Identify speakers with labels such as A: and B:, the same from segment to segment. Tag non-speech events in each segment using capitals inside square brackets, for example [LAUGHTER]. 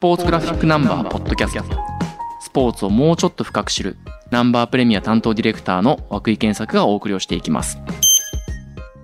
A: ポーツグラフィックナンバーポッドキャストスポーツをもうちょっと深く知るナンバープレミア担当ディレクターの涌井健作がお送りをしていきます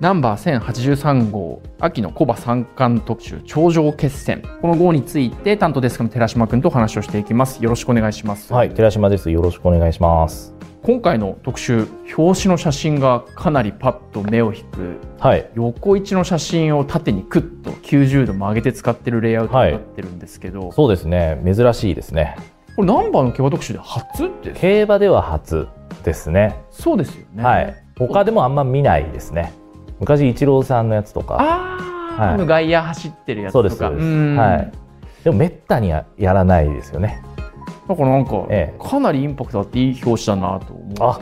B: ナンバー1083号秋のコバ三冠特集頂上決戦この号について担当デスクの寺島君とお話をしていきますよろしくお願いします、
C: はい、寺島です。よろしくお願いします。
B: 今回の特集表紙の写真がかなりパッと目を引く
C: はい、
B: 横一の写真を縦にクッと90度曲げて使ってるレイアウトになってるんですけど、
C: そうですね。珍しいですね。
B: これナンバーの競馬特集で初です
C: 競馬では初ですね。
B: そうですよね
C: はい。他でもあんま見ないですね。昔イチローさんのやつとか、
B: あ
C: はい
B: ー、あの外野走ってるやつとか
C: そうですそうです
B: ん
C: はい。でもめったにややらないですよね。
B: だからなんか、
C: え
B: かなりインパクトあっていい表紙だなと思う
C: あ、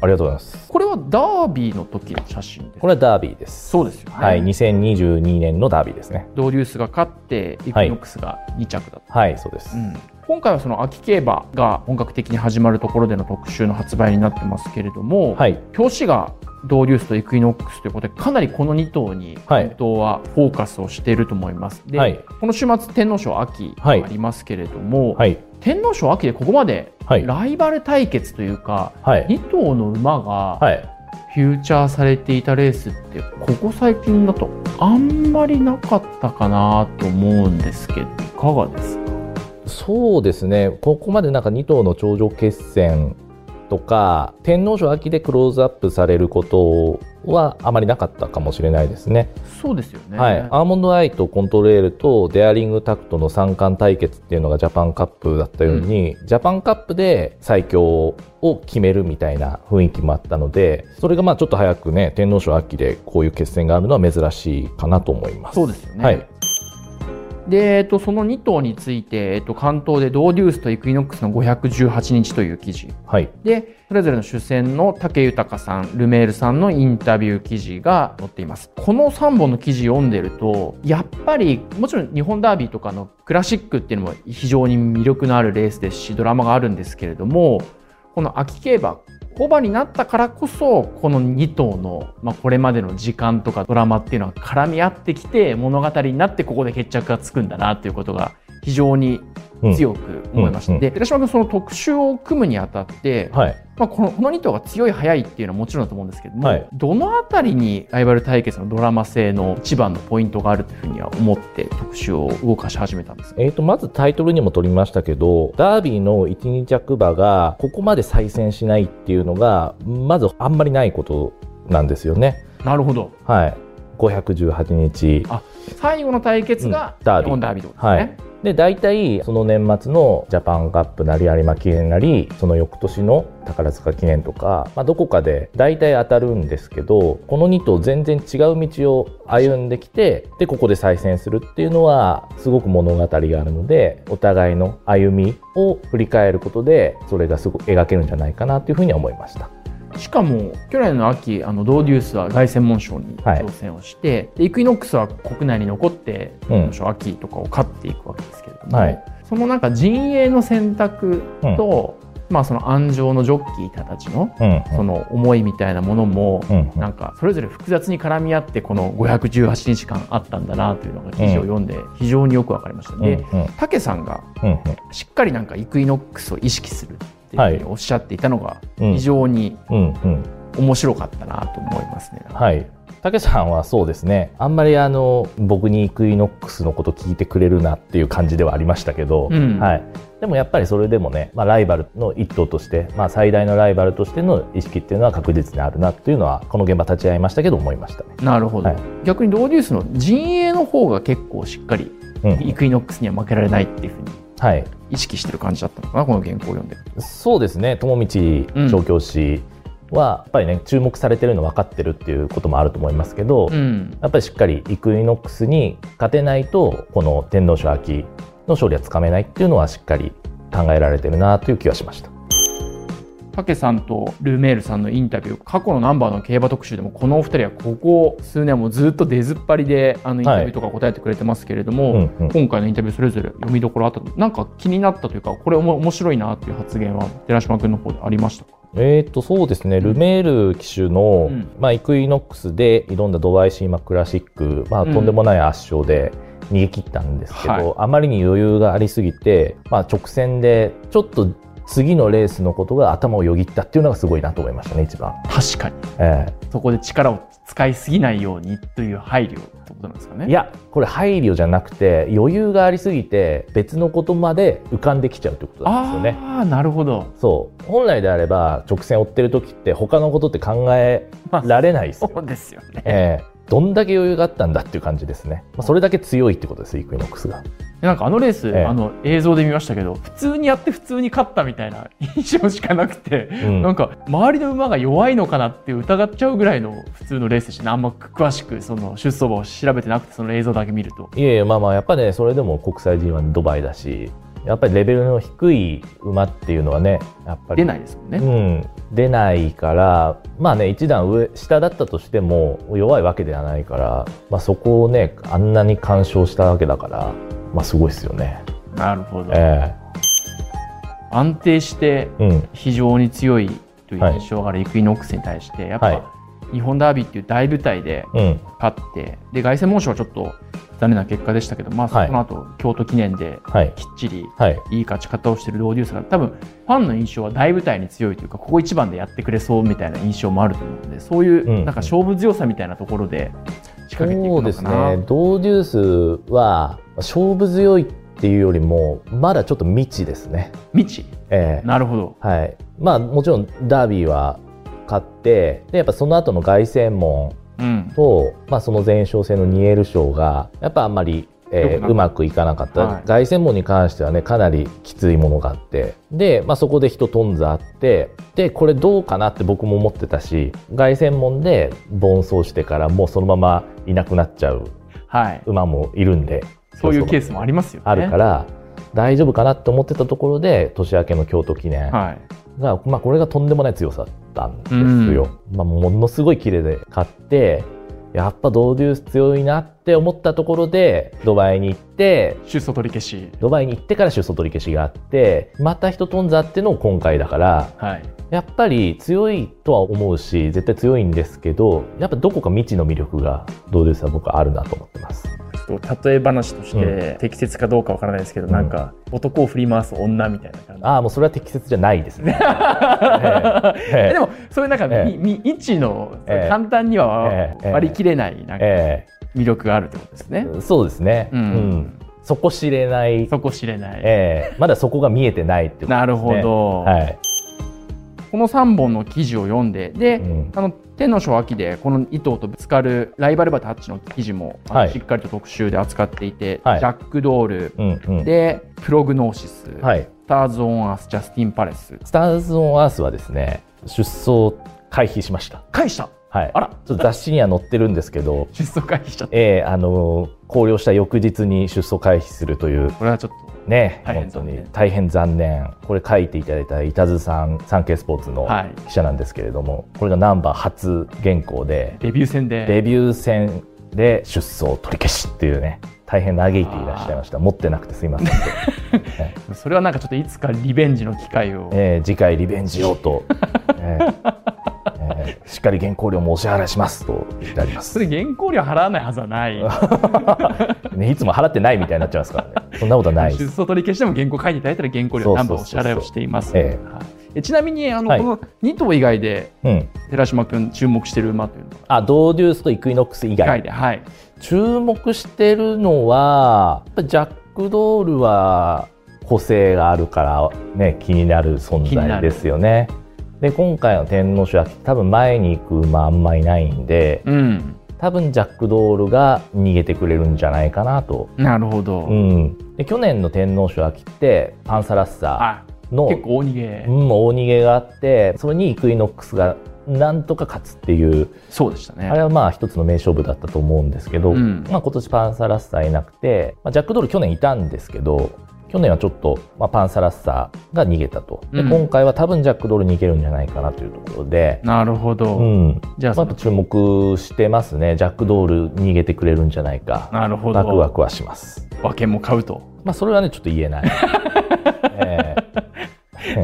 C: ありがとうございます。
B: これはダービーの時の写真です
C: これはダービーです。
B: そうですよね、
C: はい、2022年のダービーですね。
B: ドウデュースが勝ってイクイノックスが2着だっ
C: はい、そうです
B: た、。うん今回はその秋競馬が本格的に始まるところでの特集の発売になってますけれども、
C: はい、
B: 表紙がドウデュースとイクイノックスということでかなりこの2頭に
C: はい
B: 本当はフォーカスをしていると思います、で、
C: はい
B: この週末天皇賞秋がありますけれども、
C: はい、
B: 天皇賞秋でここまで
C: はい、
B: ライバル対決というか、
C: はい、
B: 2頭の馬が
C: はい。
B: フューチャーされていたレースってここ最近だとあんまりなかったかなと思うんですけどいかがですか
C: そうですね、ここまでなんか2頭の頂上決戦とか、天皇賞秋でクローズアップされることはあまりなかったかもしれないですね。
B: そうですよね、
C: はい、アーモンドアイとコントレールとデアリングタクトの三冠対決っていうのがジャパンカップだったように、ジャパンカップで最強を決めるみたいな雰囲気もあったので、それがまあちょっと早くね、天皇賞秋でこういう決戦があるのは珍しいかなと思います。
B: そうですよね、
C: はい、
B: で、えっと、その2頭について、えっと、関東でドーデュースとイクイノックスの518日という記事
C: はい、
B: でそれぞれの主戦の武豊さんルメールさんのインタビュー記事が載っていますこの3本の記事読んでるとやっぱりもちろん日本ダービーとかのクラシックっていうのも非常に魅力のあるレースですしドラマがあるんですけれどもこの秋競馬コバになったからこそこの2頭の、まあ、これまでの時間とかドラマっていうのは絡み合ってきて物語になってここで決着がつくんだなということが非常に
C: うん
B: 強く思いました、
C: うんうん
B: で寺島君その特集を組むにあたって、
C: はい。
B: まあ、このこの2頭が強い速いっていうのはもちろんだと思うんですけども、
C: はい
B: どのあたりにライバル対決のドラマ性の一番のポイントがあるというふうには思って特集を動かし始めたんです
C: えー、とまずタイトルにも取りましたけどダービーの12着馬がここまで再戦しないっていうのがまずあんまりないことなんですよね。
B: なるほど
C: はい、518日
B: 最後の対決が
C: う
B: 日
C: んダービー
B: 本ダービーってことですね、
C: で大体その年末のジャパンカップなり有馬記念なりその翌年の宝塚記念とか、まあ、どこかで大体当たるんですけどこの2頭全然違う道を歩んできてでここで再戦するっていうのはすごく物語があるのでお互いの歩みを振り返ることでそれがすごく描けるんじゃないかなというふうには思いました。
B: しかも去年の秋あのドーデュースは凱旋門賞に
C: はい
B: 挑戦をして、でイクイノックスは国内に残って
C: うん
B: 天皇賞秋とかを勝っていくわけですけれども、
C: はい
B: そのなんか陣営の選択と、まあ、その安城のジョッキーたちの
C: うんうん
B: その思いみたいなものも
C: うんうん
B: なんかそれぞれ複雑に絡み合ってこの518日間あったんだなというのが記事を読んで非常によくわかりました、
C: うんうん
B: で武さんが
C: うん
B: しっかりなんかイクイノックスを意識するっていうふうにおっしゃっていたのが
C: うん
B: 非常に
C: うんうん
B: 面白かったなと思いますね。
C: はい。たけさんはそうですね。あんまりあの、僕にイクイノックスのこと聞いてくれるなっていう感じではありましたけど、
B: うん
C: はい。でもやっぱりそれでもね、まあライバルの一頭として、まあ最大のライバルとしての意識っていうのは確実にあるなっていうのは、この現場立ち会いましたけど思いましたね。
B: なるほど、
C: はい
B: 逆にローデュースの陣営の方が結構しっかり
C: うん。
B: イクイノックスには負けられないっていうふうに
C: はい。
B: 意識してる感じだったのかなこの原稿を読んで
C: そうですね。友
B: うん
C: 道調教師は、やっぱりね、注目されてるの分かってるっていうこともあると思いますけど、
B: うん
C: やっぱりしっかりイクイノックスに勝てないとこの天皇賞秋の勝利はつかめないっていうのはしっかり考えられてるなという気がしました。
B: 武さんとルメールさんのインタビュー過去のナンバーの競馬特集でもこのお二人はここ数年もずっと出ずっぱりであのインタビューとか答えてくれてますけれども、
C: うんうん
B: 今回のインタビューそれぞれ読みどころあったとなんか気になったというかこれおも面白いなっていう発言は寺島君の方でありましたか
C: えー、とそうですね、ルメール騎手の、
B: うん
C: まあ、イクイノックスで挑んだドバイシーマクラシック、まあ、
B: うん
C: とんでもない圧勝で逃げ切ったんですけど、
B: はい
C: あまりに余裕がありすぎて、まあ、直線でちょっと次のレースのことが頭をよぎったっていうのがすごいなと思いましたね一番、
B: 確かに
C: え
B: そこで力を使いすぎないようにという配慮ってことなんですか
C: え
B: ね
C: いやこれ配慮じゃなくて余裕がありすぎて別のことまで浮かんできちゃうってことなんですよね。
B: ああなるほど
C: そう本来であれば直線追ってる時って他のことって考えられないですよ、
B: [LAUGHS] そうですよね
C: ええどんだけ余裕があったんだっていう感じですね、まあ、それだけ強いってことですイクイノックスが
B: なんかあのレース、
C: ええ
B: あの映像で見ましたけど普通にやって普通に勝ったみたいな印象しかなくて、
C: う
B: [LAUGHS]
C: ん
B: なんか周りの馬が弱いのかなって疑っちゃうぐらいの普通のレースでしたねあんま詳しくその出走馬を調べてなくてその映像だけ見ると
C: いえいえまあまあやっぱねそれでも国際 G1 ドバイだしやっぱりレベルの低い馬っていうのはねやっぱり
B: 出ないですもんね、
C: うん、出ないからまあね一段上下だったとしても弱いわけではないから、まあ、そこをねあんなに干渉したわけだから、まあ、すごいですよね。
B: なるほど
C: え
B: 安定して
C: えうん
B: 非常に強いという印象があるイクイノックスに対してやっぱ、
C: はい
B: 日本ダービーっていう大舞台で
C: うん
B: 勝ってで凱旋門賞はちょっと残念な結果でしたけど、まあ、そ
C: はい
B: の後、京都記念で
C: はい
B: きっちり
C: はい
B: いい勝ち方をしてるローデュースが多分ファンの印象は大舞台に強いというかここ一番でやってくれそうみたいな印象もあると思うのでそういう
C: うん
B: なんか勝負強さみたいなところで仕掛けていくのかな、
C: そうですねドーデュースは勝負強いっていうよりもまだちょっと未知ですね。
B: 未知
C: ええ
B: なるほど
C: はい、まあもちろんダービーは勝ってでやっぱその後の凱旋門
B: うん
C: と、まあ、その前哨戦のニエル賞がやっぱあんまり、えー
B: 良くなかった
C: うまくいかなかった、
B: はい
C: 凱旋門に関してはねかなりきついものがあってで、まあ、そこで人頓挫あってでこれどうかなって僕も思ってたし凱旋門で奔走してからもうそのままいなくなっちゃう
B: はい
C: 馬もいるんで
B: そういうケースもありますよね
C: あるからら大丈夫かなって思ってたところで年明けの京都記念
B: はい
C: が、まあ、これがとんでもない強さだったんですよ。まあ、ものすごい綺麗で勝ってやっぱドーデュース強いなって思ったところでドバイに行って
B: 出走取り消し
C: ドバイに行ってから出走取り消しがあってまた人頓挫っていうのを今回だから
B: はい
C: やっぱり強いとは思うし絶対強いんですけどやっぱどこか未知の魅力がドーデュースは僕はあるなと思ってます。
B: ちょっと例え話として、
C: う
B: 適切かどうかわからないですけど、
C: うん
B: なんか男を振り回す女みたいな感じ
C: ああもうそれは適切じゃないですね。ええ
B: [LAUGHS] でもそういうなんか、
C: ええ
B: みみ未知の、
C: ええ
B: 簡単には
C: ええ
B: 割り切れないなんか
C: [LAUGHS] え
B: 魅力があるってことですね。
C: えそうですね。
B: うん
C: うん、そこ知れない
B: そこ知れない、
C: ええまだそこが見えてないってことですね。
B: なるほど、
C: はい。
B: この3本の記事を読んでで、
C: うん
B: あの天皇賞秋でこの伊藤とぶつかるライバルバタッチの記事も、あの
C: はい
B: しっかりと特集で扱っていて、
C: はい
B: ジャック・ドール、
C: うんうん。
B: でプログノーシス、
C: はい。
B: スターズ・オン・アースジャスティン・パレス
C: スターズ・オン・アースはですね、出走回避しました。
B: 返した
C: はい。
B: あら、
C: ちょっと雑誌には載ってるんですけど
B: 出走回避しちゃった
C: ええあのー考慮した翌日に出走回避するという。
B: これはちょっ
C: ね、
B: 大変
C: 本当
B: 残念
C: に大変残念、これ書いていただいた板津さん、産経スポーツ
B: と、
C: の
B: はい、
C: 記者なんですけれども、これがナンバー初原稿で、
B: デビュー戦で
C: デビュー戦で出走取り消しっていうね、大変嘆いていらっしゃいました、持ってなくてすいません。
B: それはなんかちょっといつかリベンジの機会を、
C: えー次回リベンジを
B: [LAUGHS]
C: と、えーえーしっかり原稿料もお支払いしますと言ってありま
B: そ
C: す、
B: れ原稿料払わないはずはない
C: ね、いつも払ってないみたいになっちゃいますからねそんなことはない
B: [LAUGHS] 出
C: です、
B: 走取り消しても原稿書いていただいたら原稿料何本お支払いをしています
C: そうそうそうそ
B: はいえちなみにあの、
C: はい
B: この2頭以外で
C: うん、
B: 寺島君注目してる馬というのは
C: あドーデュースとイクイノックス以
B: 以外
C: 外
B: ではい
C: 注目してるのはやっぱジャック・ドールは個性があるから、ね、気になる存
B: 気にな
C: 在
B: る
C: ですよねで今回の天皇賞は多分前に行く馬あんまいないんで
B: うん
C: 多分ジャック・ドールが逃げてくれるんじゃないかなと
B: なるほど、
C: うん、で去年の天皇賞秋ってパンサラッサ
B: あ
C: ーの、
B: 結構大逃げ、
C: うん、大逃げがあってそれにイクイノックスがなんとか勝つっていう
B: そうでしたね
C: あれはまあ一つの名勝負だったと思うんですけど、
B: うん
C: まあ、今年パンサラッサーいなくて、まあ、ジャック・ドール去年いたんですけど去年はちょっと、まあ、パンサラッサーが逃げたとで
B: うん
C: 今回は多分ジャック・ドール逃げるんじゃないかなというところで。
B: なるほど、
C: うん
B: じゃあ
C: まあ、やっぱ注目してますね、ジャック・ドール逃げてくれるんじゃないか、
B: なるほど
C: ワクワクはします。
B: 馬券も買うと [LAUGHS]
C: まあ、それはね、ちょっと言えない。ええええ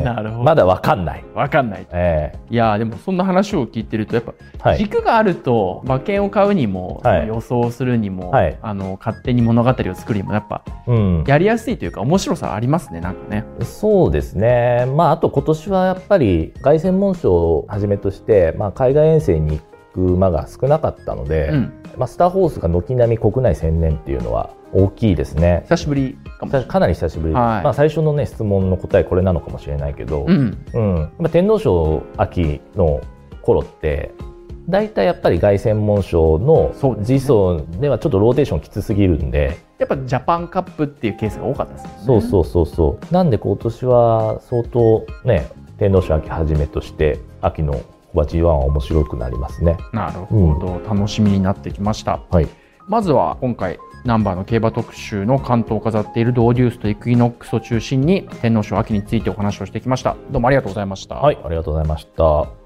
B: なるほど
C: まだわかんない。
B: わかんない
C: え
B: いやーでもそんな話を聞いてるとやっぱ
C: えはい。
B: 軸があると馬券を買うにも、
C: はい
B: 予想するにも、
C: はい
B: あの勝手に物語を作るにもやっぱ
C: うん。
B: やりやすいというか面白さありますねなんかね。
C: そうですね。まあ、あと今年はやっぱり凱旋門賞をはじめとして、まあ、海外遠征に行く馬が少なかったので、
B: うん、
C: まあ、スターホースが軒並み国内専念っていうのは大きいですね。
B: 久しぶりかもしれない。
C: かなり久しぶり、
B: はい
C: まあ、最初の、ね、質問の答えこれなのかもしれないけど、
B: うん、
C: うんまあ、天皇賞秋の頃って大体やっぱり凱旋門賞の
B: そうですね
C: 次走ではちょっとローテーションきつすぎるんで
B: やっぱジャパンカップっていうケースが多かったですよね。
C: そうそうそうそう、なんで今年は相当ね天皇賞秋はじめとして秋の小鉢 G1 は面白くなりますね。
B: なるほど、楽しみになってきました、
C: はい
B: まずは今回ナンバーの競馬特集の関東を飾っているドーデュースとイクイノックスを中心に天皇賞秋についてお話をしてきましたどうもありがとうございました、
C: はい、ありがとうございました。